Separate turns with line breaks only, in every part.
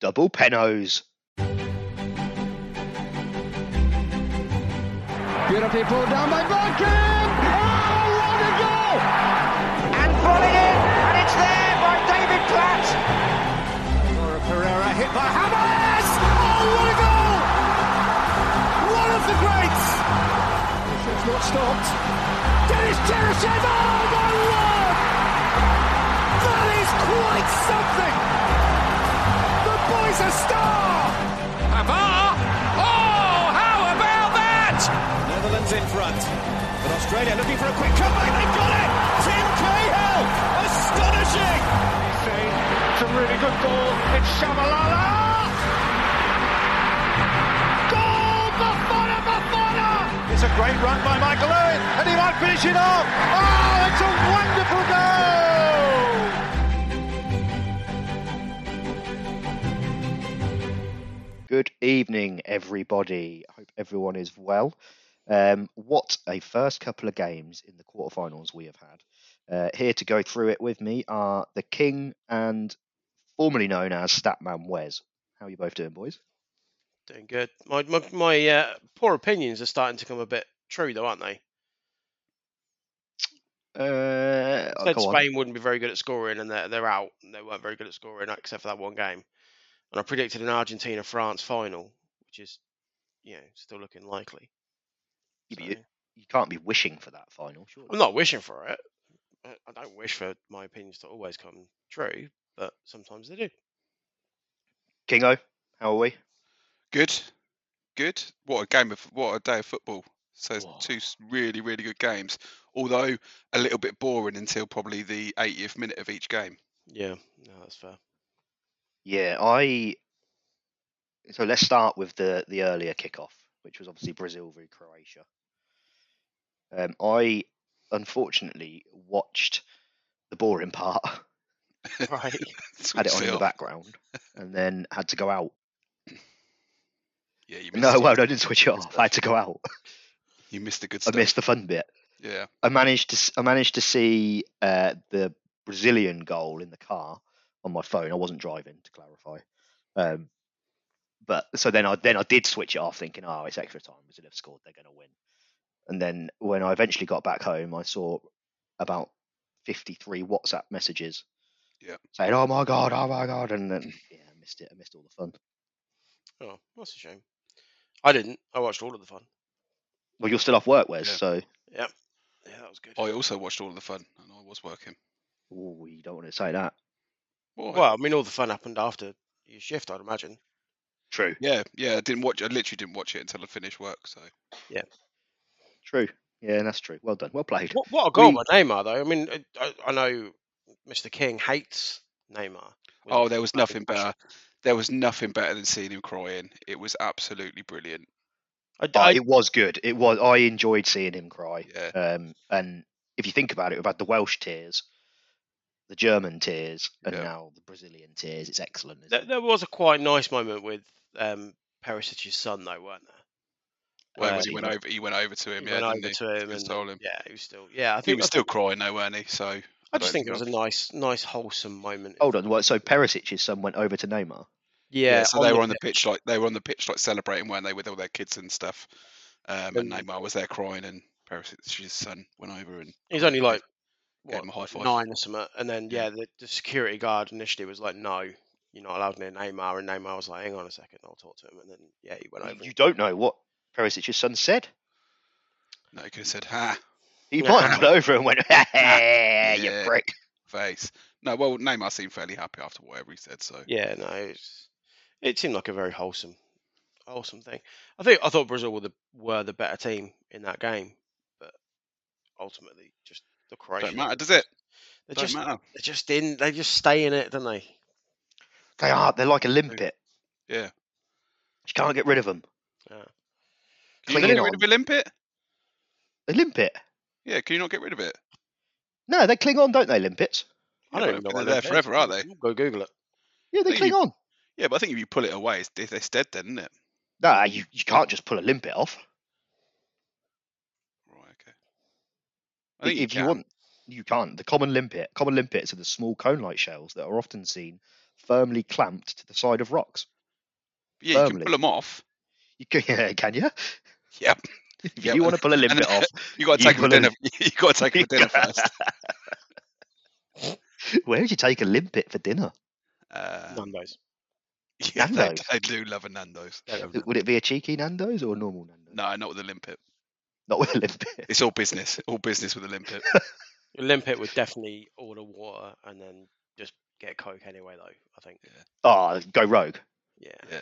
Double Penos.
Beautifully pulled down by Bergkamp! Oh, what a goal!
And volley in, and it's there by David Platt.
Laura Pereira hit by Hammers! Oh, what a goal! One of the greats! It's not stopped. Dennis Cheryshev, oh my word! That is quite something! The boy's a star!
Havar! Oh, how about that?
Netherlands in front. But Australia looking for a quick comeback. They got it! Tim Cahill! Astonishing!
It's a really good ball. It's Shabalala! Goal! Buffon! Buffon!
It's a great run by Michael Owen, and he might finish it off. Oh, it's a wonderful goal!
Good evening, everybody. I hope everyone is well. Um, what a first couple of games in the quarterfinals we have had. Uh, here to go through it with me are the King and formerly known as Statman Wes. How you both doing, boys?
Doing good. My my, my uh, poor opinions are starting to come a bit true, though, aren't they?
Uh,
Said
go on.
Spain wouldn't be very good at scoring, and they're, they're out. and They weren't very good at scoring, except for that one game. And I predicted an Argentina France final, which is, you know, still looking likely.
You-
So,
you, you can't be wishing for that final, surely.
I'm not wishing for it. I I don't wish for my opinions to always come true, but sometimes they do.
Kingo, how are we?
Good, good. What a game of what a day of football. So it's
Wow.
two s- really really good games, although a little bit boring until probably the 80th minute of each game.
Yeah, no, that's fair.
Yeah, I. So let's start with the the earlier kickoff, which was obviously Brazil v Croatia. Um, I unfortunately watched the boring part,
Right.
It's
had it
all
on in the
set up.
background, and then had to go out.
Yeah, you missed,
No,
it.
well, I didn't switch it off. I had to go out.
you missed the good
I
stuff.
missed the fun bit.
Yeah,
I managed to s- I managed to see uh, the Brazilian goal in the car on my phone. I wasn't driving, to clarify. Um, but so then I then I did switch it off, thinking, "Oh, it's extra time. Brazil have scored. They're going to win." And then when I eventually got back home, I saw about fifty-three WhatsApp messages,
Yeah.
saying, "Oh my god, oh my god," and then yeah, I missed it. I missed all the fun.
Oh, that's a shame. I didn't. I watched all of the fun.
Well, you're still off work, Wes,
Yeah.
so
Yeah, that was good.
Oh,
I also watched all of the fun, and I was working.
ooh, you don't want to say that.
Why?
Well, I mean, all the fun happened after your shift, I'd imagine.
True,
yeah, yeah. I didn't watch. I literally didn't watch it until I finished work. So
true. Yeah, that's true. Well done. Well played.
What, what a goal
We-
by Neymar, though. I mean, I, I, I know Mr. King hates Neymar. with
oh,
a
there was
bloody
nothing
passion.
better. There was nothing better than seeing him crying. It was absolutely brilliant.
I,
Oh,
I-
it was good. It was. I enjoyed seeing him cry.
Yeah.
Um, and if you think about it, we've had the Welsh tears, the German tears, and
Yeah.
now the Brazilian tears. It's excellent. isn't
there,
it?
there was a quite nice moment with um, Perisic's son, though, weren't there?
Where
Where
he
he
went
went-
over. He went over to him.
he
yeah,
went
didn't
over
he?
to him
Just
and
told him.
yeah, he was still yeah. I
He
think I,
was still crying though, weren't he? So
I just
don't
think it was a
know.
nice, nice, wholesome moment.
Hold on. What? So Perisic's son went over to Neymar.
Yeah,
Yeah, so they were on the
pitch.
pitch like they were on the pitch like celebrating, weren't they, with all their kids and stuff. Um, and
And-
Neymar was there crying, and Perisic's son went over and
He's only like
gave
what,
him a high five.
nine or something, and then
Yeah.
yeah, the, the security guard initially was like, "No, you're not allowed near Neymar," and Neymar was like, "Hang on a second, I'll talk to him," and then yeah, he went
You-
over. and-
You don't know what Perisic's son said.
No, he could have said ha
He
Nah.
might have gone over and went, "Hey,
Yeah.
you prick."
face. No, well Neymar seemed fairly happy after whatever he said. So
Yeah, no, it's, it seemed like a very wholesome, wholesome thing. I think I thought Brazil were the were the better team in that game, but ultimately, just the Croatian.
don't matter, does it?
They're
Don't
just
matter.
they're just in. They just stay in it, don't they?
They are. They're like a limpet.
Yeah.
You can't get rid of them.
Can you
clinging
not get rid of a limpet?
A limpet.
Yeah, can you not get rid of it?
No, they cling on, don't they? Limpets.
I
Yeah,
don't
but
even know.
they're
what
there
that is.
forever, aren't they?
I'll Go Google it.
Yeah, they
But
cling
you-
on.
Yeah, but I think if you pull it away, it's, de- it's dead then, isn't it?
Nah, you, you can't just pull a limpet off.
Right, okay. I
I-
think
if you,
can.
want, you can't. The common limpet, common limpets are the small cone-like shells that are often seen firmly clamped to the side of rocks.
Yeah, you
firmly.
can pull them off.
You can, yeah, can you?
Yep.
If
Yep.
you want to pull a limb
And
bit
then-
off,
You got to
You
take them for
pull 'em-
dinner. You got to take them for dinner first.
where would you take a limpet for dinner?
Uh,
Nando's.
yeah, they,
Nando's.
they do love a Nando's.
They love
Would it be a cheeky Nando's or a normal Nando's?
No, not with a limpet.
Not with a limpet.
It's all business. All business with a limpet.
Your limpet would definitely order water and then just get Coke anyway, though, I think.
Oh, go rogue.
Yeah.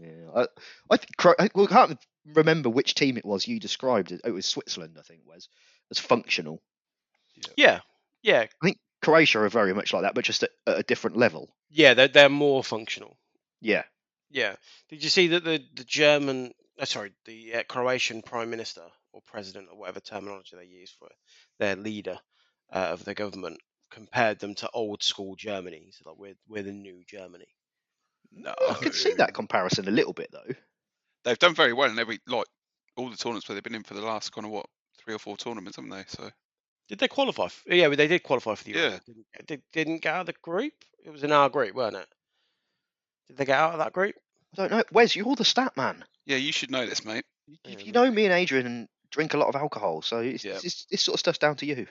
Yeah, I, I think Cro- I well, can't remember which team it was you described. oh, It, it was Switzerland, I think, was as functional.
Yeah. Yeah.
Croatia are very much like that, but just at, at a different level.
Yeah. They're, they're more functional.
Yeah,
Yeah. Did you see that the, the German, uh, sorry, the uh, Croatian prime minister or president or whatever terminology they use for their leader uh, of the government compared them to old school Germany? So, like, we're, we're the new Germany.
No,
Oh, I could
Oh.
see that comparison a little bit though.
They've done very well in every like all the tournaments where they've been in for the last kind of what three or four tournaments, haven't they? So
Did they qualify? f yeah, but they did qualify for the Euros.
Yeah.
Didn't, they didn't get out of the group. It was in our group, weren't it? Did they get out of that group?
I don't know. Wes, you're the stat man.
yeah, you should know this, mate.
You,
Yeah,
you know me and Adrian drink a lot of alcohol, so it's,
Yeah.
it's, this sort of stuff's down to you.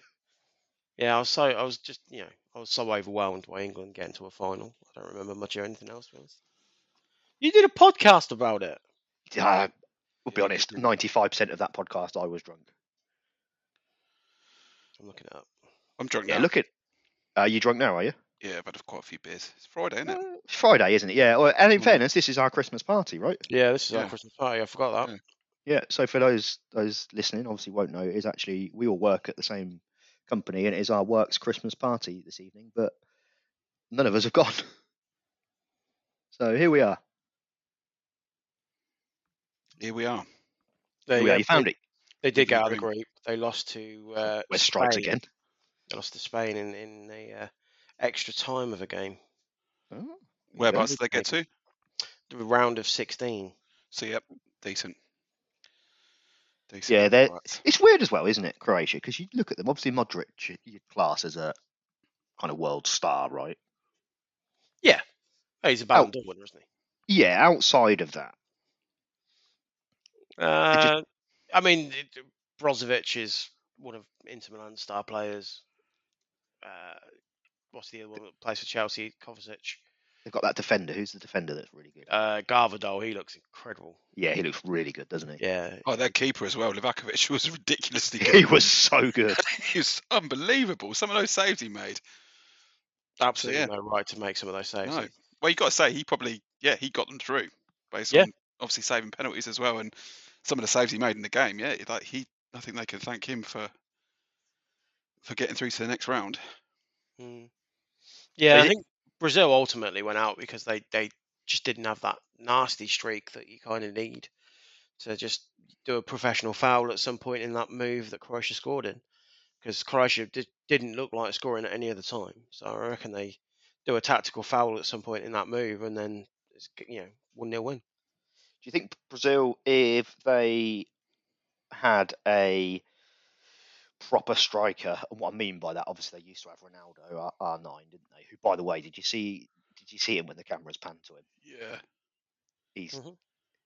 Yeah, I was so I was just you know I was so overwhelmed by England getting to a final. I don't remember much of anything else. to be honest. You did a podcast about it.
Uh, we'll be
Yeah,
honest.
you did.
Ninety-five percent of that podcast, I was drunk.
I'm looking it up.
I'm drunk
Yeah,
now.
look at. Are you drunk now? Are you?
Yeah, I've had quite a few beers. It's Friday, isn't it?
Uh, It's Friday, isn't it? Yeah. Well, and in
Mm.
fairness, this is our Christmas party, right?
Yeah, this is our
Yeah.
Christmas party. I forgot that.
Yeah, so for those those listening, obviously won't know, it is actually we all work at the same company, and it is our work's Christmas party this evening, but none of us have gone. So here we are.
Here we are.
They,
Here we are.
uh,
You found
they,
it.
they did
Did
get
you
out of the
bring-
group. They lost to uh,
West strikes
Spain.
again.
They lost to Spain in in the uh, extra time of a game,
Oh,
Whereabouts
did
did they get to?
the round of sixteen.
So yep, decent. Decent.
Yeah, they're-
Right.
it's weird as well, isn't it, Croatia? Because you look at them. Obviously, Modric, you- you'd class as a kind of world star, right?
Oh, he's a Ballon d'Or winner, isn't he?
Yeah. Outside of that,
Uh, I mean, it- Brozovic is one of Inter Milan's star players. Uh, what's the other one that plays for Chelsea? Kovacic.
they've got that defender. Who's the defender that's really good?
Uh, Garvadal, he looks incredible.
Yeah, he looks really good, doesn't he?
Yeah.
Oh, their keeper as well, Livakovic was ridiculously good.
He was so good.
He was unbelievable. Some of those saves he made.
Absolutely
yeah.
no right to make some of those saves.
No. Well, you got to say he probably, yeah, he got them through based
Yeah.
on obviously saving penalties as well, and some of the saves he made in the game. Yeah, like he, I think they can thank him for for getting through to the next round. Hmm.
Mm. Yeah,
Is
I
it-
think Brazil ultimately went out because they, they just didn't have that nasty streak that you kind of need to just do a professional foul at some point in that move that Croatia scored in. Because Croatia did, didn't look like scoring at any other time. So I reckon they do a tactical foul at some point in that move and then it's, g- you know, 1 nil win.
Do you think Brazil, if they had a proper striker, and what I mean by that, obviously they used to have Ronaldo R nine, didn't they? Who, by the way, did you see? Did you see him when the cameras panned to him?
Yeah,
He's
Mhm.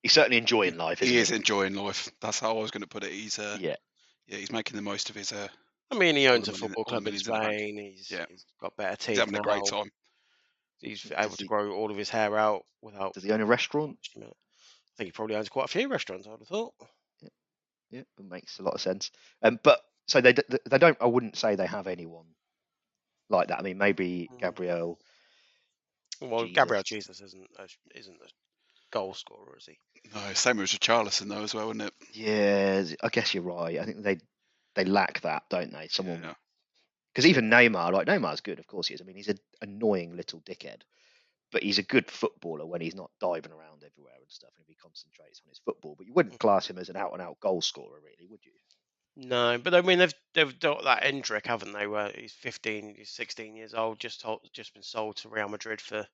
he's certainly enjoying life. Isn't
Mm-hmm. he is enjoying life. That's how I was going to put it. He's uh, yeah.
Yeah,
he's making the most of his. Uh,
I mean, he
All
owns
the
a
money-
football
all the
club in
money's in the bank.
Spain. He's,
Yeah.
he's got better teeth.
he's having a great
now,
time.
He's
Does
able to
he-
grow all of his hair out without
does he own a restaurant?
Just a minute. I think he probably owns quite a few restaurants. I would have thought.
Yeah, it makes a lot of sense. Um, but so they d- th- they don't. I wouldn't say they have anyone like that. I mean, maybe
Mm.
Gabriel.
Well,
Jesus.
Gabriel Jesus isn't a, isn't a goal scorer, is he?
No, same with Richarlison though as well, isn't it?
Yeah, I guess you're right. I think they they lack that, don't they? Someone
Yeah.
because even Neymar, like Neymar's good, of course he is. I mean, he's an annoying little dickhead, but he's a good footballer when he's not diving around everywhere and stuff, and if he concentrates on his football. But you wouldn't
Mm-hmm.
class him as an out-and-out goal scorer, really, would you?
No, but I mean they've they've got that Endrick, haven't they? Where he's 15, he's 16 years old, just told, just been sold to Real Madrid for, I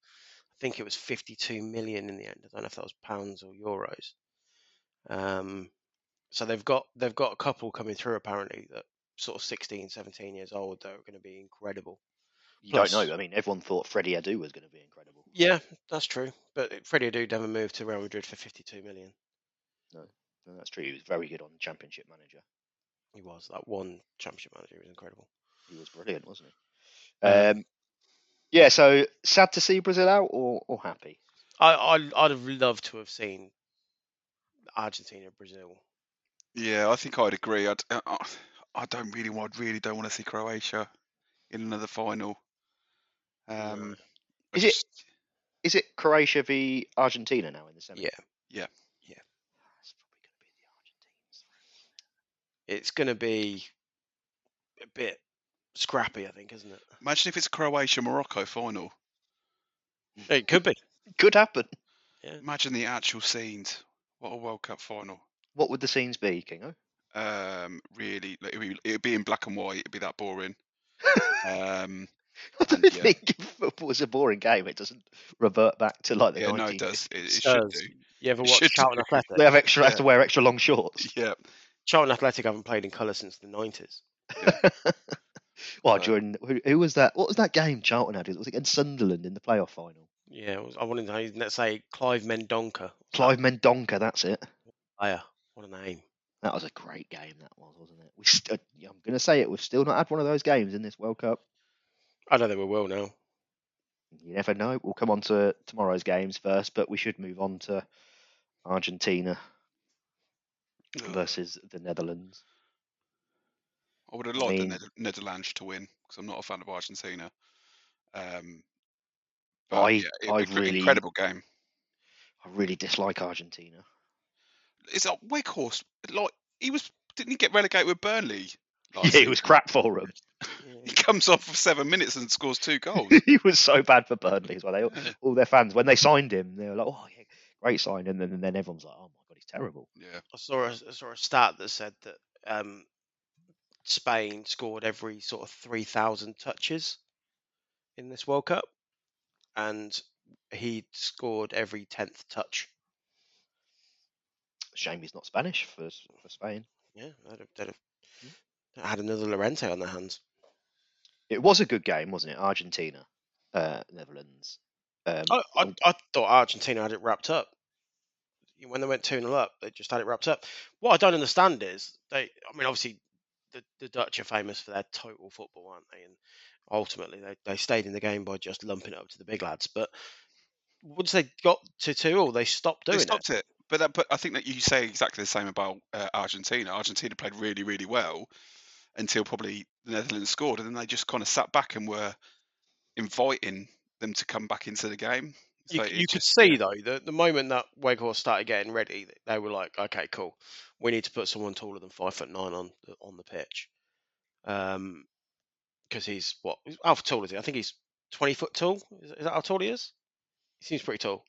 think it was 52 million in the end. I don't know if that was pounds or euros. Um, so they've got they've got a couple coming through apparently that sort of 16, 17 years old that are going to be incredible.
You don't know. I mean, everyone thought Freddie Adu was going to be incredible.
Yeah, that's true. But Freddie Adu never moved to Real Madrid for 52 million.
No, that's true. He was very good on Championship Manager.
He was that one championship manager. He was incredible.
He was brilliant, wasn't he? Um, yeah. So sad to see Brazil out, or, or happy?
I, I I'd have loved to have seen Argentina Brazil.
Yeah, I think I'd agree. I'd, I I- I don't really, wa- I really don't want to see Croatia in another final. Um, I
Is it- Is it Croatia v Argentina now in the semi?
Yeah.
Yeah.
Yeah.
That's probably going to be the Argentines.
It's going to be a bit scrappy, I think, isn't it?
Imagine if it's Croatia Morocco final.
It could be.
Could happen.
Imagine the actual scenes. What a World Cup final.
What would the scenes be, Kingo?
Um, really, like, it'd, be, it'd be in black and white. It'd be that boring. Um,
I don't
yeah.
think if football's a boring game, it doesn't revert back to like the
yeah,
90s.
no, it does. It, it should
Spurs.
do.
You ever
It
watched
should
Charlton
do.
Athletic?
They have extra, have
Yeah.
to wear extra long shorts.
Yeah,
Charlton Athletic haven't played in colour since the 90s.
Well,
No.
during who, who was that? What was that game Charlton had? It was against Sunderland in the playoff final.
Yeah, it was- I wanted to let's say Clive Mendonca.
Clive Mendonca, that's it.
Player. What a name.
That was a great game. That was, wasn't it? We st- uh, I'm going to say it. We've still not had one of those games in this World Cup.
I don't think we will now.
You never know. We'll come on to tomorrow's games first, but we should move on to Argentina
Ugh.
versus the Netherlands.
I would have
I
liked
mean-
the Nether- Netherlands to win because I'm not a fan of Argentina. Um,
I-
it'd
I
be an
really-
incredible game.
I really dislike Argentina.
It's a Wakehorse. Like he was, didn't he get relegated with Burnley? last
Yeah, it
season?
was crap for him.
He comes off for seven minutes and scores two goals.
he was so bad for Burnley as well. They, all- all their fans, when they signed him, they were like, "Oh, yeah, great sign," and then and then everyone's like, "Oh my god, he's terrible."
yeah,
I saw a, I saw a stat that said that um, Spain scored every sort of three thousand touches in this World Cup, and he scored every tenth touch.
Shame he's not Spanish for S- for Spain.
Yeah, I'd have, they'd have I had another Lorente on their hands.
It was a good game, wasn't it? Argentina, uh, Netherlands. Um,
I, I,
and-
I thought Argentina had it wrapped up. When they went 2 0 up, they just had it wrapped up. What I don't understand is, they. I mean, obviously, the, the Dutch are famous for their total football, aren't they? And ultimately, they, they stayed in the game by just lumping it up to the big lads. But once they got to 2 0, they stopped doing
they
it.
stopped it. But that, but I think that you say exactly the same about uh, Argentina. Argentina played really really well until probably the Netherlands scored, and then they just kind of sat back and were inviting them to come back into the game.
You,
So
c-
it
you could
just-
see, though, that the moment that Weghorst started getting ready, th- they were like, okay, cool. We need to put someone taller than five foot nine on, the- on the pitch. Um, because he's what? How tall is he? I think he's 20 foot tall. Is, is that how tall he is? He seems pretty tall.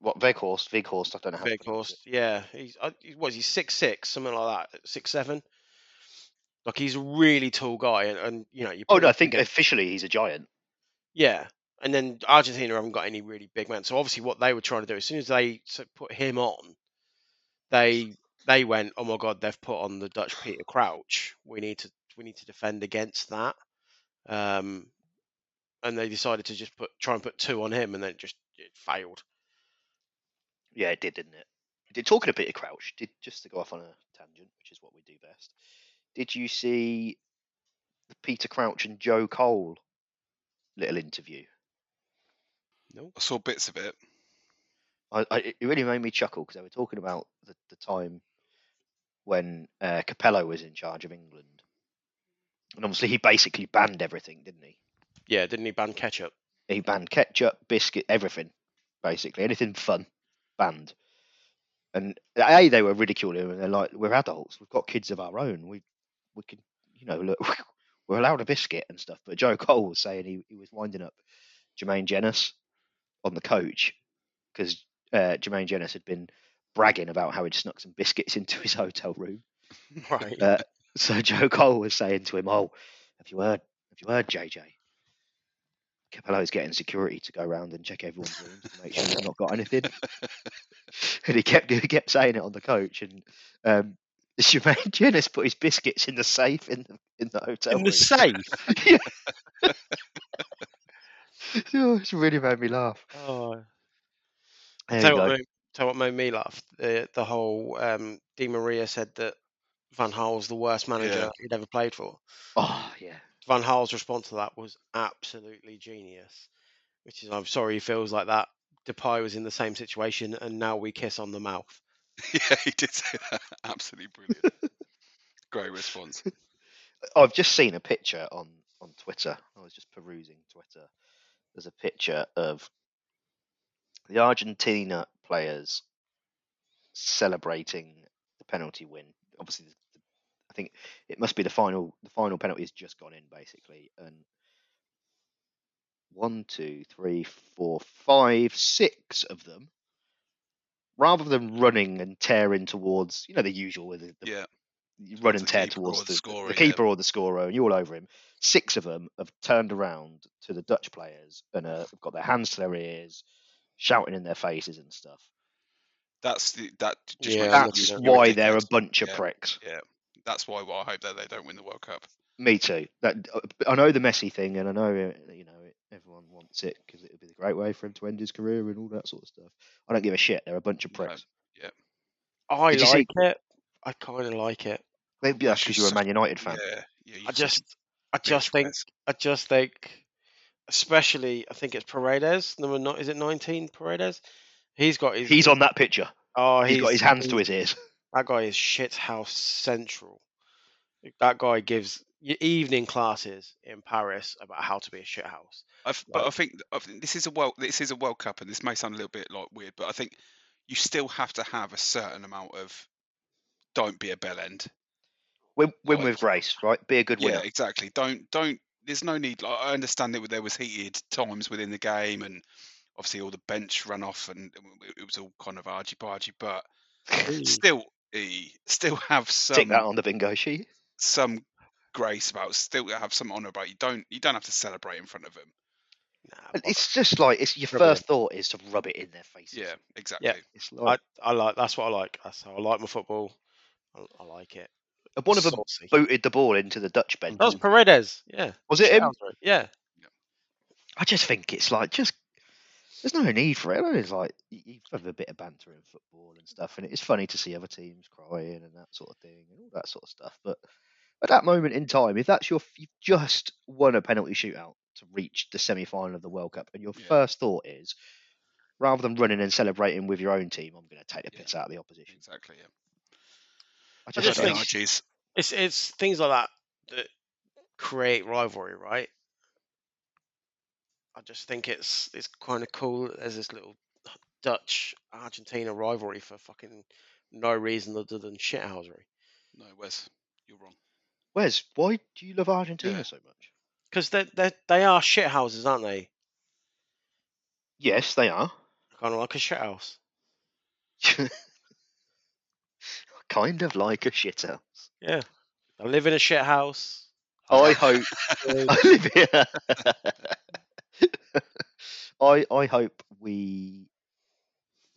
what Veghorst? Veghorst. I don't know how. to
Big
pronounce
horse.
it.
Yeah. He's, I, he was he six six, something like that, six seven. Like he's a really tall guy, and, and you know you.
Oh
put
no,
him
I think
against-
officially he's a giant.
Yeah. And then Argentina haven't got any really big men. So obviously what they were trying to do, as soon as they s- put him on, they they went, Oh my god, they've put on the Dutch Peter Crouch. We need to we need to defend against that. Um and they decided to just put try and put two on him and then it just it failed.
Yeah, it did, didn't it? Did talking of Peter Crouch? Did just to go off on a tangent, which is what we do best. Did you see the Peter Crouch and Joe Cole little interview?
I saw bits of it.
I, I, it really made me chuckle because they were talking about the, the time when uh, Capello was in charge of England, and obviously he basically banned everything, didn't he?
Yeah, didn't he ban ketchup?
He banned ketchup, biscuit, everything, basically anything fun, banned. And a they were ridiculing him, and they're like, "We're adults. We've got kids of our own. We we can, you know, look, we're allowed a biscuit and stuff." But Joe Cole was saying he, he was winding up Jermaine Jenas on the coach because uh, Jermaine Jenas had been bragging about how he'd snuck some biscuits into his hotel room.
Right.
Uh, so Joe Cole was saying to him, "Oh, have you heard? Have you heard, JJ? Capello's getting security to go round and check everyone's rooms to make sure they've not got anything." and he kept he kept saying it on the coach, and um, The Shamanian has put his biscuits in the safe in the in the hotel.
in the
room.
safe.
Oh, it's really made me laugh.
Oh,
There
tell
you
you what
go.
made, tell you what made me laugh. The the whole um, Di Maria said that Van Gaal's the worst manager
Yeah.
he'd ever played for.
Oh yeah.
Van Gaal's response to that was absolutely genius, which is I'm sorry he feels like that. Depay was in the same situation, and now we kiss on the mouth.
Yeah, he did say that. Absolutely brilliant. Great response.
Oh, I've just seen a picture on on Twitter. I was just perusing Twitter. There's a picture of the Argentina players celebrating the penalty win. Obviously, the, the- I think it must be the final. The final penalty has just gone in, basically, and one, two, three, four, five, six of them. Rather than running and tearing towards, you know, the usual with the, the
Yeah.
you run
Towards
and
the
tear
keeper or
towards
the
the, the
scorer, yeah.
keeper or the scorer, and you're all over him. Six of them have turned around to the Dutch players and uh, have got their hands to their ears, shouting in their faces and stuff.
That's the, that j- just
Yeah,
makes
I
me
love
That's
that.
you're
why they're a
dickhead.
bunch of
Yeah.
pricks.
That's why I hope that they don't win the World Cup.
Me too. That I know the messy thing, and I know uh, you know everyone wants it because it would be the great way for him to end his career and all that sort of stuff. I don't give a shit. They're a bunch of
No.
pricks.
I
Did you
like
see-
it. I kind of like it.
Maybe that's
Actually,
because you're a
such-
Man United fan.
Yeah. Yeah. you're
I
such a
just, I
bit of
just think,
press.
I just think, especially, I think it's Paredes. Number nine, is it nineteen? Paredes. He's got his.
He's on that picture.
Oh,
he's got his hands to
he's-
his ears.
That guy is shit house central. That guy gives y- evening classes in Paris about how to be a shit house.
I've, but I think I think this is a world this is a World Cup, and this may sound a little bit like weird, but I think you still have to have a certain amount of don't be a bell end.
Win, win
Like-
with grace, right? Be a good
Yeah,
winner.
exactly. Don't don't. There's no need. Like, I understand that there was heated times within the game, and obviously all the bench ran off, and it, it was all kind of argy bargy. But still, eh, still have
Stick that
some
on the bingo sheet.
some grace about. Still have some honour about. You don't you don't have to celebrate in front of them.
Nah,
And
bollocks.
It's just like it's your
Rub it in.
first thought is to rub it in their faces.
Yeah, exactly.
It's
I,
like
I like that's what I like. That's how I like my football. I, I like it.
and one of them
Saucy. Mm-hmm.
booted the ball into the Dutch bench.
That was Paredes. Yeah.
Was it him?
Shithousery, Yeah.
I just think it's like just there's no need for it. It's like y- you have a bit of banter in football and stuff, and it's funny to see other teams crying and that sort of thing and all that sort of stuff. But at that moment in time, if that's your f- you've just won a penalty shootout to reach the semi final of the World Cup, and your
Yeah.
first thought is rather than running and celebrating with your own team, I'm going to take the
Yeah.
piss out of the opposition.
Exactly. Yeah.
I
I
just,
just
think
think-
Argies.
It's it's things like that that create rivalry, right? I just think it's it's kind of cool that there's this little Dutch Argentina rivalry for fucking no reason other than shithousery.
No, Wes, you're wrong.
Wes, why do you love Argentina
Yeah.
so much?
Because they they they are shithouses, aren't they?
Yes, they are.
Kind of like a shithouse.
kind of like a shitter.
Yeah. They live in a shithouse.
I hope I live here. I I hope we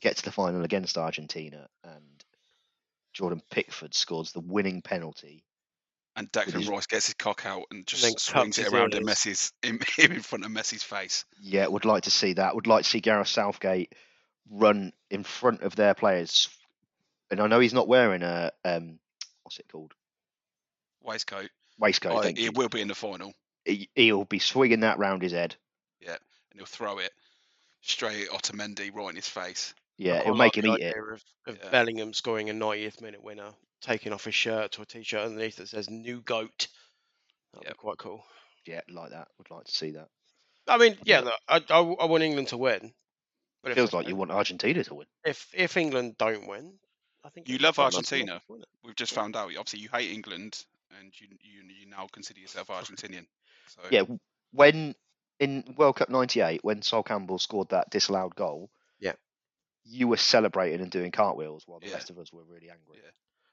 get to the final against Argentina and Jordan Pickford scores the winning penalty.
And Declan
his-
Rice gets his cock out and just
then
swings
cups
it
his
around at
ears.
Messi's in, him in front of Messi's face.
Yeah, would like to see that. Would like to see Gareth Southgate run in front of their players. And I know he's not wearing a um what's it called?
Waistcoat.
Waistcoat,
I-
thank
he
you.
will be in the final,
He- He'll be swinging that round his head.
and he'll throw it straight at Otamendi right in his face.
Yeah,
I
it'll
like
make him
the
eat it.
idea Of, of
Yeah.
Bellingham scoring a 90th minute winner, taking off his shirt to a t shirt underneath that says new goat. That'd
Yep.
be quite cool.
Yeah, like that. Would like to see that.
I mean, yeah,
Yeah.
look, I, I, I want England to win. But
Feels
if,
like you want Argentina to win.
if if England don't win, I think
You
it's
love
quite nice to
Argentina.
watch, wouldn't it?
We've just found out. Obviously, you hate England, and you you, you now consider yourself Argentinian. So
Yeah, w- when in World Cup '98, when Sol Campbell scored that disallowed goal,
Yeah.
you were celebrating and doing cartwheels while the
Yeah.
rest of us were really angry.
Yeah.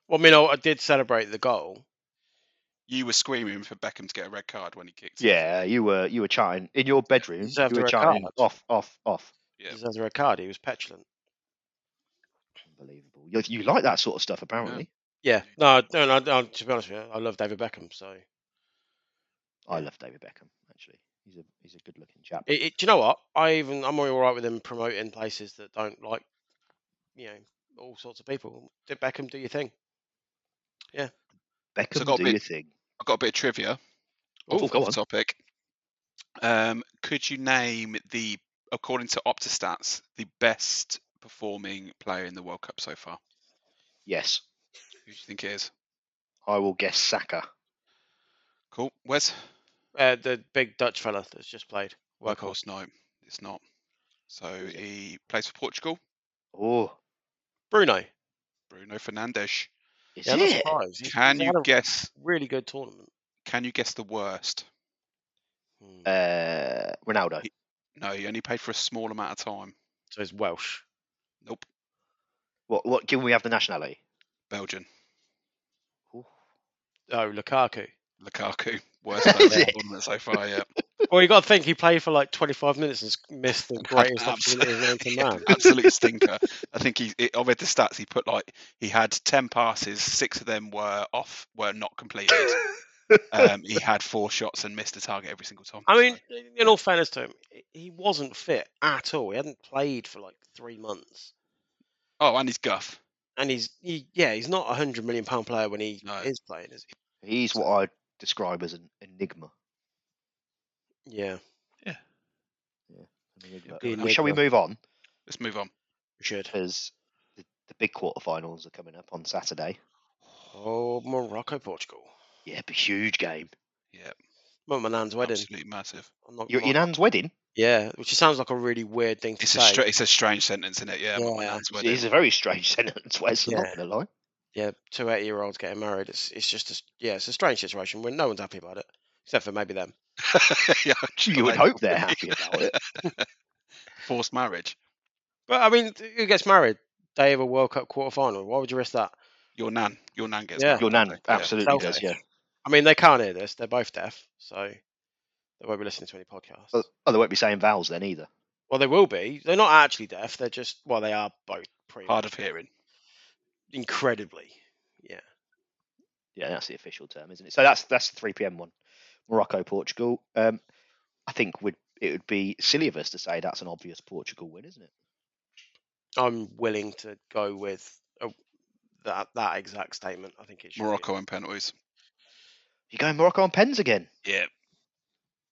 Well, I mean, I, I did celebrate the goal.
you were screaming for Beckham to get a red card when he kicked. it.
Yeah, you were you were chanting in your bedroom. You
Deserved a
were
red
chanting
card.
off, off, off.
Yeah.
He deserves a red card. He was petulant.
Unbelievable. You, you like that sort of stuff, apparently.
Yeah, no, no, no, no, To be honest with you, I love David Beckham. So
I love David Beckham. Actually, he's a he's a good looking chap.
It, it, do you know what? I even I'm all right with them promoting places that don't like, you know, all sorts of people. Do- Beckham, do your thing.
Beckham,
got a
do
bit-
your thing.
I've got a bit of trivia.
Oh,
off-
go
off
on.
Topic. Um, could you name the, according to OptaStats, the best performing player in the World Cup so far?
Yes,
Who do you think it is?
I will guess Saka.
Cool. Wes?
Uh, the big Dutch fella that's just played.
Of
Workhorse.
course, no, it's not. So he plays for Portugal.
Oh,
Bruno.
Bruno Fernandes.
is
Yeah, I'm not
it?
surprised. He's-
Can
he's
you
had a
guess?
really good tournament?
Can you guess the worst?
Hmm.
Uh, Ronaldo.
He- No, he only played for a small amount of time.
So he's Welsh.
Nope.
What? What? Can we have the nationality?
Belgian.
Ooh.
Oh, Lukaku.
Lukaku. Worst player in
Is
the
it?
tournament so far. Yeah.
Well, you got to think he played for like 25 minutes and s- missed the
Had
greatest
an
opportunity
abs-
known to
yeah,
man.
an absolute stinker. I think he. It, I read the stats. He put like he had ten passes. Six of them were off. Were not completed. um, he had four shots and missed a target every single time.
I
So,
mean, in all fairness to him, he wasn't fit at all. He hadn't played for like three months,
oh, and he's guff.
and he's he, yeah, he's not a hundred million pound player when he
No.
is playing, is
He's what I describe as an enigma.
he? Yeah,
An enigma.
good
Well, Shall we
enigma.
move on?
Let's move on.
we should.
Because the, the big quarterfinals are coming up on Saturday.
Oh, Morocco, Portugal.
Yeah, big huge game.
Yeah,
Mum and Nan's wedding.
absolutely massive.
I'm not,
Your, your
not-
nan's wedding.
yeah, which sounds like a really weird thing to
It's a
say.
str- it's a strange sentence, isn't it? Yeah, my
Yeah.
nan's
It's,
wedding.
a very strange sentence. Wes, I'm
Yeah.
not going to lie.
yeah, two eight year olds getting married. It's it's just a, s- yeah, it's a strange situation where no one's happy about it except for maybe them.
yeah, I'm sure
You would
they
hope
would
they're
be.
happy about it.
Forced marriage.
But I mean, th- who gets married day of a World Cup quarterfinal? Why would you risk that?
Your nan. Your nan gets
Yeah.
married.
Your nan
don't they? Yeah.
absolutely does,
Selfish.
yeah.
I mean, they can't hear this. They're both deaf, so they won't be listening to any podcasts.
Oh, oh, they won't be saying vowels then either.
well, they will be. They're not actually deaf. They're just well, they are both pretty
Hard of hearing.
incredibly.
Yeah, that's the official term, isn't it? So that's that's the 3 p.m. one, Morocco Portugal. Um, I think would it would be silly of us to say that's an obvious Portugal win, isn't it?
I'm willing to go with uh that that exact statement. I think it should be-
Morocco and penalties.
You're going Morocco on pens again.
Yeah.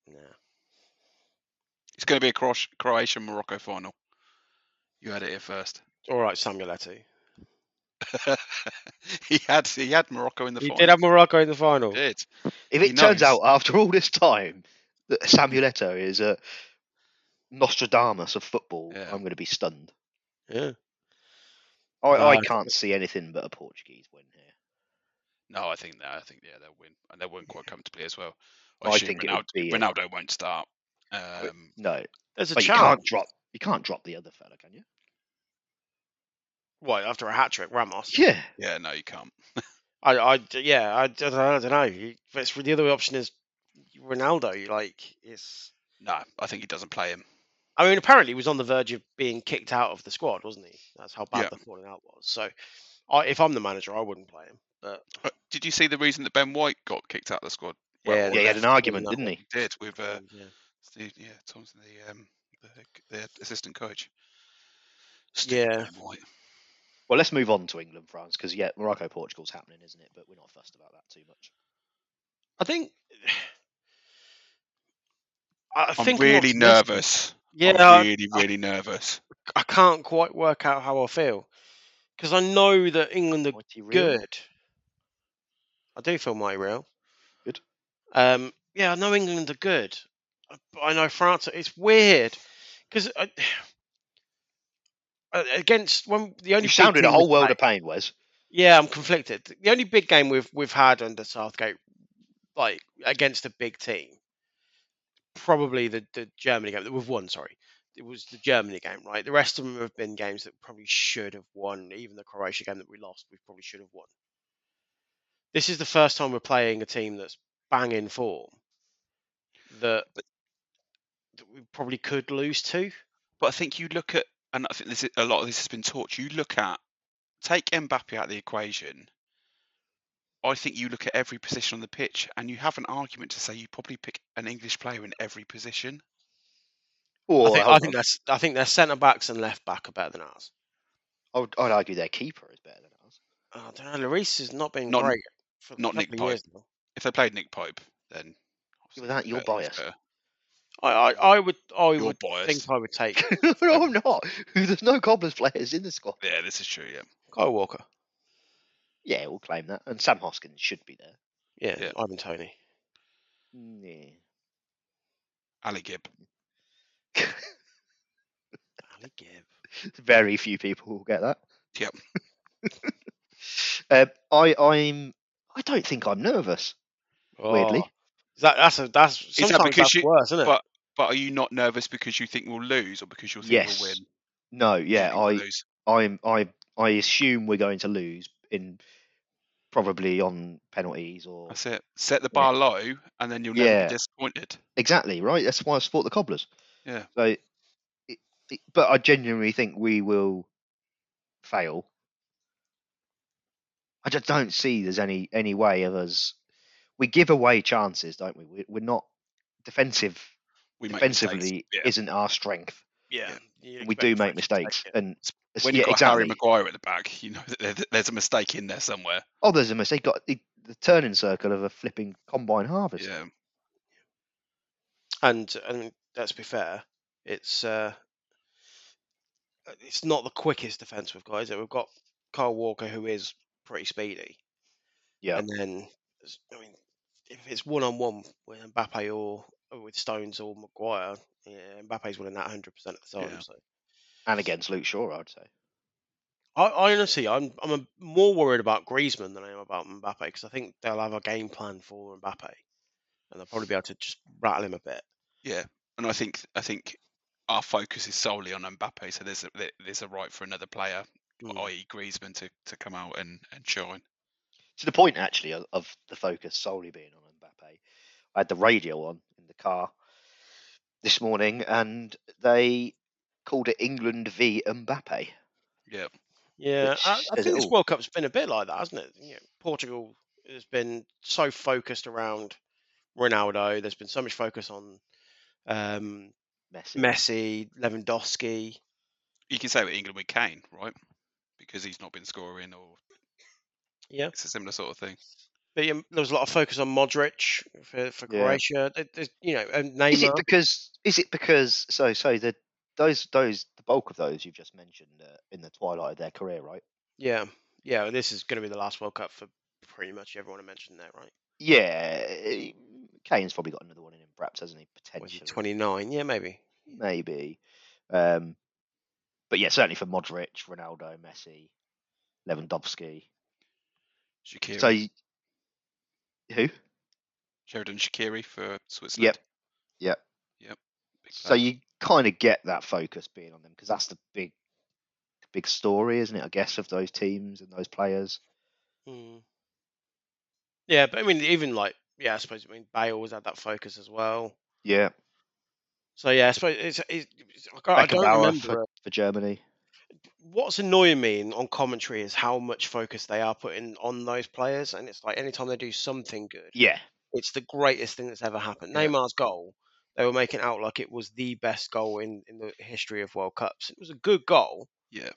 Nah.
It's going to be a Cro- Croatian Morocco final. You had it here first.
All right, Samuel Eto'o.
he had he had Morocco in the
He
final.
did have Morocco in the final.
He did.
If
He
it turns out
knows.
after all this time that Samuel Eto'o is a Nostradamus of football,
Yeah.
I'm going to be stunned.
Yeah.
I, I
Uh,
can't see anything but a Portuguese win here.
No, I think that I think yeah they'll win and they'll win quite comfortably as well.
I
assume
think it
Ronaldo,
would be a-
Ronaldo won't start. Um,
No,
There's a
but you
chance.
can't drop you can't drop the other fella, can you?
What after a hat trick, Ramos?
Yeah,
yeah, no, you can't.
I, I, yeah, I, don't know. I don't know. You- but it's- the other option is Ronaldo. Like it's.
No, I think he doesn't play him.
I mean, apparently he was on the verge of being kicked out of the squad, wasn't he? That's how bad
Yeah.
the falling out was. So, I, if I'm the manager, I wouldn't play him. But
Uh, Did you see the reason that Ben White got kicked out of the squad? Well,
Yeah,
yeah, he had an
that's-
argument, didn't he?
He did with uh,
um, yeah.
Steve, yeah, Thompson, the um, the, c- the assistant coach.
Yeah.
Ben White.
Well, let's move on to England, France, because yeah, Morocco, Portugal's happening, isn't it? But we're not fussed about that too much.
I think. I I
I'm
think I'm
really
optimistic.
nervous.
Yeah,
I'm
I,
really, really nervous.
I can't quite work out how I feel because I know that England are
Mighty real.
good. I do feel mighty real.
Good.
Um, yeah, I know England are good, but I know France. are- It's weird because against when the only
You
big
sounded a
team we've
whole world
played-
of pain, Wes.
yeah, I'm conflicted. The only big game we've we've had under Southgate, like against a big team, probably the the Germany game that we've won. Sorry, it was the Germany game, right? The rest of them have been games that probably should have won. Even the Croatia game that we lost, we probably should have won. This is the first time we're playing a team that's banging form that that we probably could lose to.
But I think you look at, and I think this is, a lot of this has been taught. You look at, take Mbappe out of the equation, I think you look at every position on the pitch and you have an argument to say you probably pick an English player in every position.
Or
I think, I
hold
think
on,
that's I think their centre backs and left back are better than ours.
I would, I'd argue their keeper is better than ours.
Oh, I don't know. Lloris has not been
Not-
great for
not
a couple
Nick
of years now.
If they played Nick Pope, then
Yeah, but that- you're
better, that's
biased.
better.
I, I, I would I
You're
would think
biased.
I would take
no, I'm not. There's no Cobblers players in the squad.
Yeah, this is true. Yeah,
Kyle Walker.
Yeah, we'll claim that. And Sam Hoskins should be there.
Yeah,
Yeah.
Ivan Tony.
Yeah.
Ali Gibb.
Ali Gibb.
Very few people will get that.
Yep.
uh, I, I'm. I don't think I'm nervous. Weirdly.
Oh, that, that's a, that's
that
sometimes
because
that's
you-
worse, isn't it?
but- But are you not nervous because you think we'll lose or because you think
Yes.
we'll win?
No. Yeah.
You think we'll
I.
lose.
I'm. I. I assume we're going to lose in probably on penalties or
That's it. Set the bar low, and then you'll never
Yeah.
be disappointed.
Exactly right. That's why I support the Cobblers.
Yeah.
So, it, it, but I genuinely think we will fail. I just don't see there's any any way of us. We give away chances, don't we? we we're not defensive.
We make mistakes.
Defensively
Yeah.
isn't our strength.
yeah,
and We do make mistakes, and it's-
When
yeah,
you've got
exactly.
Harry Maguire at the back, you know that there- there's a mistake in there somewhere.
oh, there's a mistake. Got the, the turning circle of a flipping combine harvest.
Yeah.
and and let's be fair, it's uh, it's not the quickest defense we've got. Is it? We've got Kyle Walker, who is pretty speedy,
Yeah.
and then s- I mean, if it's one on one with Mbappe or, or with Stones or Maguire, yeah, Mbappe's winning that hundred percent of the time.
Yeah.
So
and against Luke Shaw, I'd say.
I, I honestly, I'm I'm a, more worried about Griezmann than I am about Mbappe because I think they'll have a game plan for Mbappe, and they'll probably be able to just rattle him a bit.
and I think I think our focus is solely on Mbappe. So there's a, there- there's a right for another player,
Mm.
i.e. Griezmann, to, to come out and, and shine.
to the point actually of, of the focus solely being on Mbappe. I had the radio on in the car this morning, and they called it England v Mbappe.
Yeah,
Yeah,
which
I, I
says
think
it
this
all.
World Cup's been a bit like that, hasn't it? You know, Portugal has been so focused around Ronaldo. There's been so much focus on um,
Messi.
Messi, Lewandowski.
you can say with England with Kane, right? Because he's not been scoring, or
Yeah.
it's a similar sort of thing.
But yeah, there was a lot of focus on Modric for, for
Yeah.
Croatia. There- there's- You know, and
Is it
Neymar.
because? Is it because? So so the those those the bulk of those you've just mentioned uh, in the twilight of their career, right?
Yeah, yeah. This is going to be the last World Cup for pretty much everyone I mentioned there, right?
Yeah, eh, Kane's probably got another one in him, perhaps hasn't he?
What is
Potentially,
he, 29? Yeah, maybe.
maybe. Um, but yeah, certainly for Modric, Ronaldo, Messi, Lewandowski.
Shakiri,
So y- who?
Sheridan Shakiri for Switzerland.
Yep.
Yep. Big
So
player.
you kind of get that focus being on them because that's the big, big story, isn't it? I guess of those teams and those players.
Mm. Yeah, but I mean, even like, yeah, I suppose, I mean, Bale's had that focus as well.
Yeah,
So yeah, I suppose it's, it's, it's I can't- I don't
Beckenbauer
remember.
for, for Germany.
What's annoying me in- on commentary is how much focus they are putting on those players, and it's like anytime they do something good,
Yeah,
it's the greatest thing that's ever happened.
Yeah.
Neymar's goal, they were making it out like it was the best goal in, in the history of World Cups. It was a good goal.
yeah,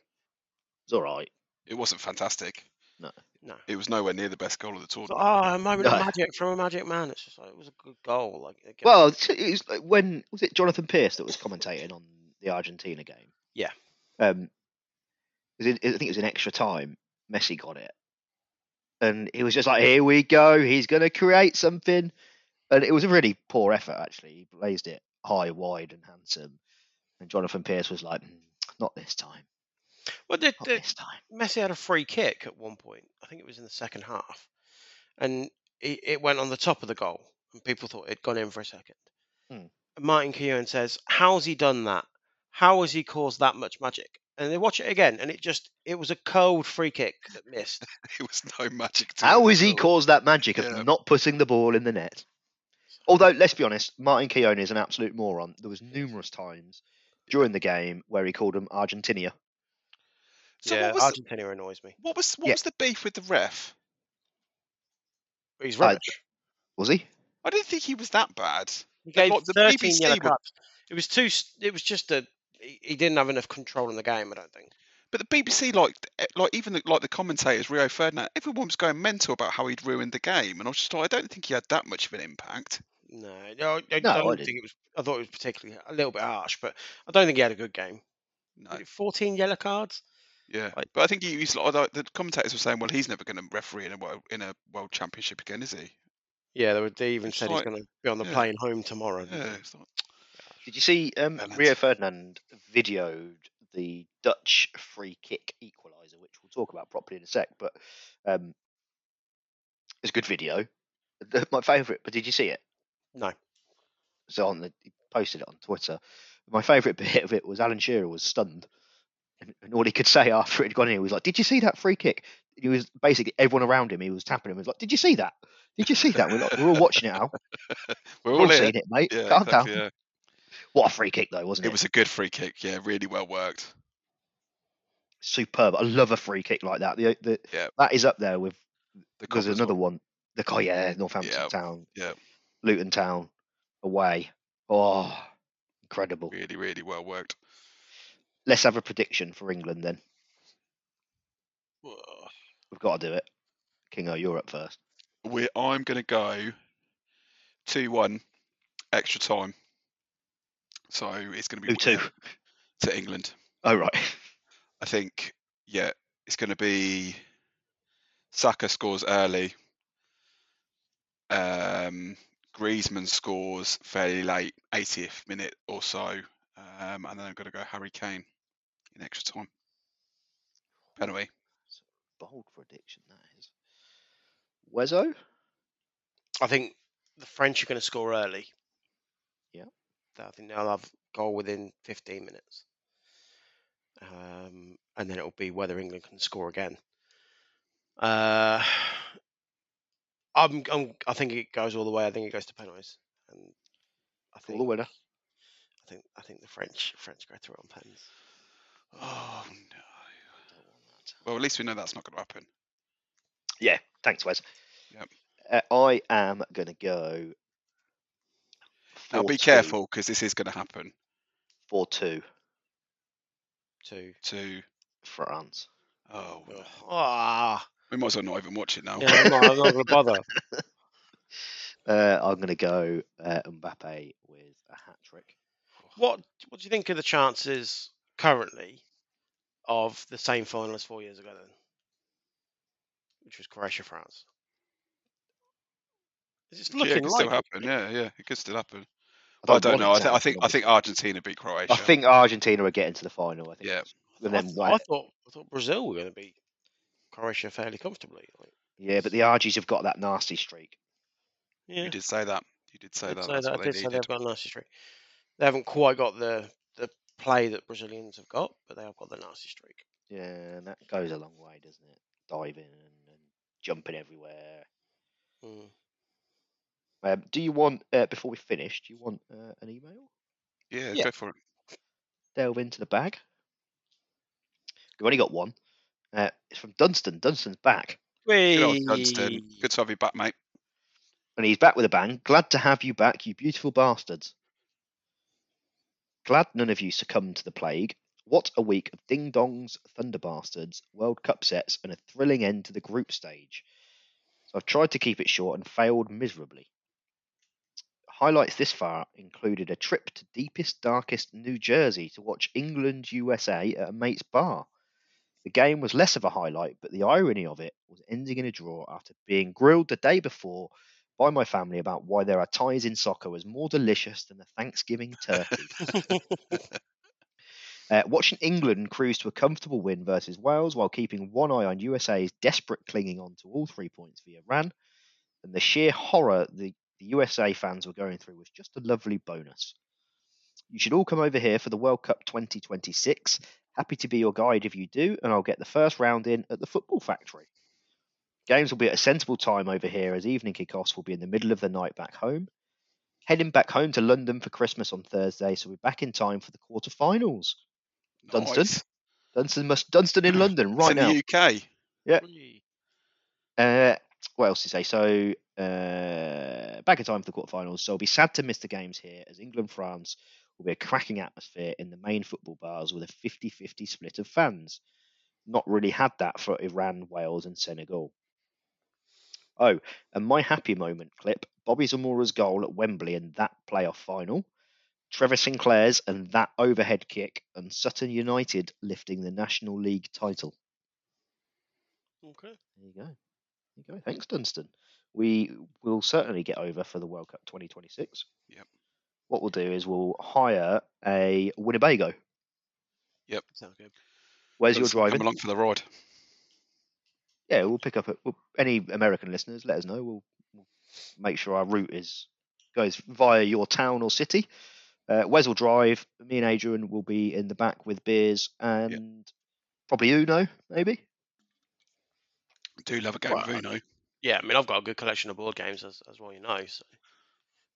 it's all right.
it wasn't fantastic.
No.
No.
it was nowhere near the best goal of the
It's like,
tournament.
oh, a moment of
No.
magic from a magic man. It's just like it was a good goal. Like again,
Well, it's, it was like when was it Jonathan Pierce that was commentating on the Argentina game?
Yeah.
Um, it was in- I think it was in extra time. Messi got it, and he was just like, "Here we go. He's going to create something." And it was a really poor effort, actually. He blazed it high, wide, and handsome. And Jonathan Pierce was like, "Mm, "Not this time.
well, the,
Not
the,
this time."
Messi had a free kick at one point. I think it was in the second half, and it, it went on the top of the goal, and people thought it'd gone in for a second.
Hmm.
And Martin Keown says, "How's he done that? How has he caused that much magic?" And they watch it again, and it just it was a cold free kick that missed.
It was no magic. To
How
it
has
at
he
all.
caused that magic of
Yeah.
not putting the ball in the net? Although, let's be honest, Martin Keown is an absolute moron. There was numerous times during the game where he called him Argentinia.
So
yeah,
what was
Argentina annoys me.
what was what
Yeah.
was the beef with the ref?
He's
Right.
rubbish.
Was he?
I didn't think he was that bad.
He gave
what, the
13
BBC
yellow
were-
cards. It was too. s- It was just a. He he didn't have enough control in the game. I don't think.
But the BBC, like, eh, like even the, like the commentators, Rio Ferdinand, everyone was going mental about how he'd ruined the game, and I was just like, I don't think he had that much of an impact.
No, no, I, I
No, I
don't
didn't.
think it was. I thought it was particularly a little bit harsh, but I don't think he had a good game.
No,
14 yellow cards.
yeah,
Like-
but I think he was like although the commentators were saying, well, he's never going to referee in a world, in a world championship again, is he?
Yeah, they, were, they even
It's
said
like-
he's going to be on the
yeah.
plane home tomorrow.
Mm-hmm.
didn't
Yeah,
they?
it's like,
Did you see um,
Bernard.
Rio Ferdinand videoed the Dutch free kick equaliser, which we'll talk about properly in a sec? But um, it's a good video, The- my favourite. But did you see it?
No.
So on the he posted it on Twitter. My favourite bit of it was Alan Shearer was stunned, and, and all he could say after it had gone in was like, "Did you see that free kick?" He was basically everyone around him. He was tapping him. He was like, "Did you see that? Did you see that?" We're, like, we're all watching it now. We're
we're all
all
here.
seeing it, mate.
Yeah,
Calm
exactly,
down.
yeah.
What a free kick though, wasn't it?
It was a good free kick. Yeah, really well worked.
superb. I love a free kick like that. The, the
Yeah.
that is up there with
The
because
covers
another
were-
one. The oh yeah, Northampton
Yeah,
Town,
yeah.
Luton Town, away. Oh, incredible.
really, really well worked.
Let's have a prediction for England then.
Ugh.
We've got to do it. Kingo, you're up first.
We, I'm going to go two one extra time. So it's going to be
Who two?
to England.
Oh right.
I think, yeah, it's going to be Saka scores early. Um, Griezmann scores fairly late, 80th minute or so. Um, and then I'm going to go Harry Kane in extra time. Anyway,
Bold prediction that is. Wezzo?
I think the French are going to score early.
Yeah.
I think they'll have goal within 15 minutes. Um, and then it'll be whether England can score again. Uh, I'm, I'm, I think it goes all the way. I think it goes to penalties. And I
For
think
the winner.
I think I think the French French go through on pens.
oh no. Well, at least we know that's not going to happen.
Yeah. Thanks, Wes.
Yep.
Uh, I am gonna go.
Now, be
4-2,
careful because this is going to happen
Four two
Two.
to.
France.
Oh, well,
Ah.
we might as well not even watch it now.
Yeah, I'm not, I'm not going to bother.
Uh, I'm gonna go uh, Mbappe with a hat trick.
What What do you think are the chances currently of the same final as four years ago then, which was Croatia France? It's
Yeah, it
looking
could
like
still happen. Yeah, yeah, it could still happen.
I
Oh, I
want
don't
it
know. I,
to
th- I
happen,
think I
obviously.
think Argentina beat Croatia.
I think Argentina are getting to the final. I think.
Yeah.
And
I,
then
th-
wha-
I thought I thought Brazil were going to beat Croatia fairly comfortably. Like,
yeah, but the Argies have got that nasty streak.
yeah,
You did say that. You did say
I did
that.
say
That's
that. I
what they
did say
needed.
they've got a nasty streak. They haven't quite got the the play that Brazilians have got, but they have got the nasty streak.
Yeah, and that goes a long way, doesn't it? Diving and, and jumping everywhere.
Mm.
Um, do you want uh, before we finish? Do you want uh, an email?
Yeah,
Yeah.
go for it.
Delve into the bag. We've only got one. Uh, it's from Dunstan. Dunstan's back,
Good old Dunstan.
Whee!
Good to have you back, mate.
and he's back with a bang. Glad to have you back, you beautiful bastards. Glad none of you succumbed to the plague. What a week of ding dongs, thunder bastards, World Cup sets, and a thrilling end to the group stage. So I've tried to keep it short and failed miserably. Highlights this far included a trip to deepest, darkest New Jersey to watch England USA at a mate's bar. The game was less of a highlight, but the irony of it was ending in a draw after being grilled the day before by my family about why there are ties in soccer was more delicious than the Thanksgiving turkey. Uh, watching England cruise to a comfortable win versus Wales while keeping one eye on USA's desperate clinging on to all three points via Iran, and the sheer horror the, the USA fans were going through was just a lovely bonus. You should all come over here for the World Cup 2026. Happy to be your guide if you do, and I'll get the first round in at the Football Factory. Games will be at a sensible time over here as evening kickoffs will be in the middle of the night back home. Heading back home to London for Christmas on Thursday, so we're back in time for the quarterfinals. Dunstan?
Nice.
Dunstan must Dunstan in London
It's
right
in
now.
the UK.
Whee!
Uh, what else did he say? So uh, back in time for the quarterfinals, so I'll be sad to miss the games here as England France will be a cracking atmosphere in the main football bars with a 50 50 split of fans. Not really had that for Iran, Wales, and Senegal. Oh, and my happy moment clip Bobby Zamora's goal at Wembley in that playoff final, Trevor Sinclair's and that overhead kick, and Sutton United lifting the National League title.
Okay.
There you go. There you go. Thanks, Dunstan. We will certainly get over for the World Cup 2026.
Yep.
What we'll do is we'll hire a Winnebago.
Sounds good.
Where's your
Let's Come
driving?
along for the ride.
Yeah, we'll pick up a, we'll, any American listeners. Let us know. We'll, we'll make sure our route is goes via your town or city. Uh, Wes will drive. Me and Adrian will be in the back with beers and probably Uno, maybe.
Do love a game of
Well,
Uno.
Yeah, I mean, I've got a good collection of board games, as, as well, you know. So.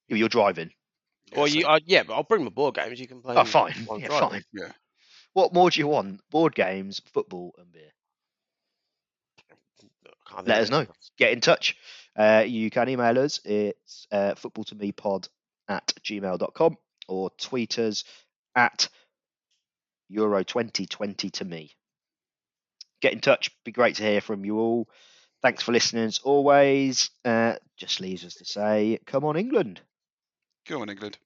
Yeah, You're driving.
well,
so-
you, I, yeah, but I'll bring my board games. You can play.
Oh,
them
fine.
while I'm
Yeah,
driving.
fine.
Yeah.
What more do you want? Board games, football, and beer.
I can't think
Let
of
us know.
anything else.
get in touch. Uh, you can email us. It's uh, football to me pod at gmail.com or tweet us at Euro 2020 to me. Get in touch. Be great to hear from you all. Thanks for listening as always. Uh, just leaves us to say, come on, England.
Go on, England.